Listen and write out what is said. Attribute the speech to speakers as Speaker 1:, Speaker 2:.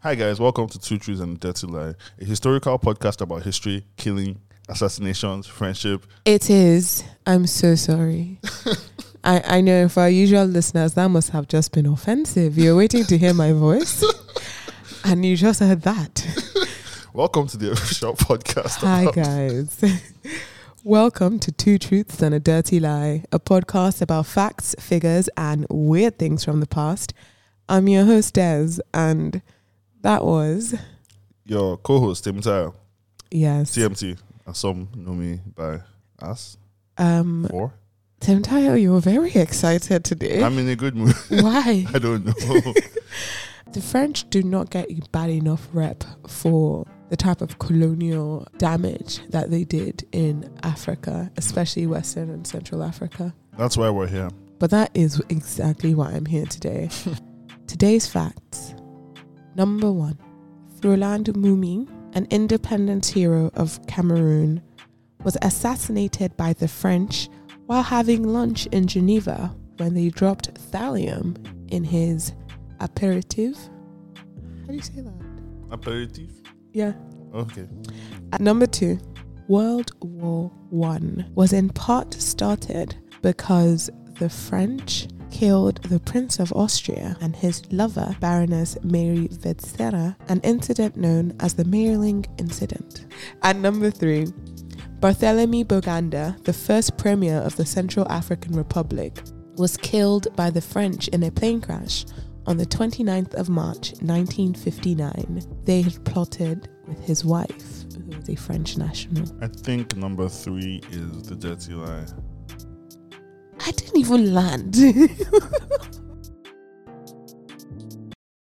Speaker 1: Hi, guys. Welcome to Two Truths and a Dirty Lie, a historical podcast about history, killing, assassinations, friendship.
Speaker 2: It is. I'm so sorry. I, I know for our usual listeners, that must have just been offensive. You're waiting to hear my voice, and you just heard that.
Speaker 1: Welcome to the official podcast.
Speaker 2: Hi,
Speaker 1: about-
Speaker 2: guys. Welcome to Two Truths and a Dirty Lie, a podcast about facts, figures, and weird things from the past. I'm your host, Des, and that was,
Speaker 1: Your co host, Timothy,
Speaker 2: yes,
Speaker 1: TMT, and some know me by us
Speaker 2: um,
Speaker 1: four.
Speaker 2: Tim Tayo, you're very excited today.
Speaker 1: I'm in a good mood.
Speaker 2: Why?
Speaker 1: I don't know.
Speaker 2: The French do not get a bad enough rep for the type of colonial damage that they did in Africa, especially Western and Central Africa.
Speaker 1: That's why we're here.
Speaker 2: But that is exactly why I'm here today. Today's facts. Number one Roland Mumi, an independence hero of Cameroon, was assassinated by the French while having lunch in Geneva when they dropped thallium in his aperitif. How do you say that?
Speaker 1: Aperitif.
Speaker 2: Yeah.
Speaker 1: Okay.
Speaker 2: At number two, World War One was in part started because the French killed the Prince of Austria and his lover, Baroness Mary Vetsera, an incident known as the Mayerling Incident. At number three, Barthélemy Boganda, the first premier of the Central African Republic, was killed by the French in a plane crash on the 29th of March 1959. They had plotted with his wife, who was a French national.
Speaker 1: I think number three is the dirty lie.
Speaker 2: I didn't even land.